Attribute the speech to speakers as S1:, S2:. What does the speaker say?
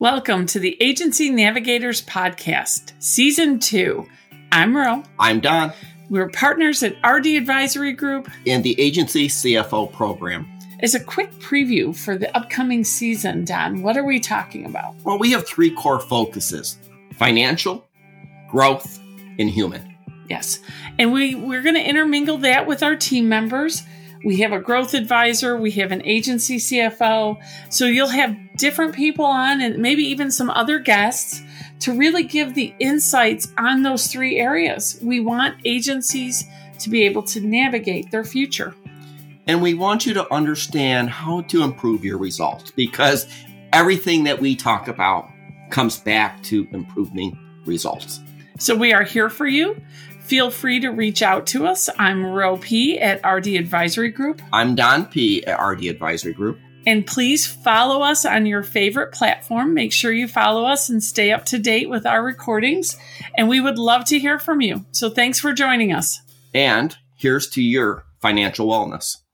S1: Welcome to the Agency Navigators Podcast, Season 2. I'm Merle.
S2: I'm Don
S1: We're partners at RD Advisory Group.
S2: in the agency CFO program.
S1: As a quick preview for the upcoming season, Don, what are we talking about?
S2: Well, we have three core focuses financial, growth, and human.
S1: Yes. And we, we're going to intermingle that with our team members. We have a growth advisor, we have an agency CFO. So you'll have different people on and maybe even some other guests to really give the insights on those three areas. We want agencies to be able to navigate their future.
S2: And we want you to understand how to improve your results because everything that we talk about comes back to improving results.
S1: So we are here for you. Feel free to reach out to us. I'm Ro P at RD Advisory Group.
S2: I'm Don P at RD Advisory Group.
S1: And please follow us on your favorite platform. Make sure you follow us and stay up to date with our recordings. And we would love to hear from you. So thanks for joining us.
S2: And here's to your financial wellness.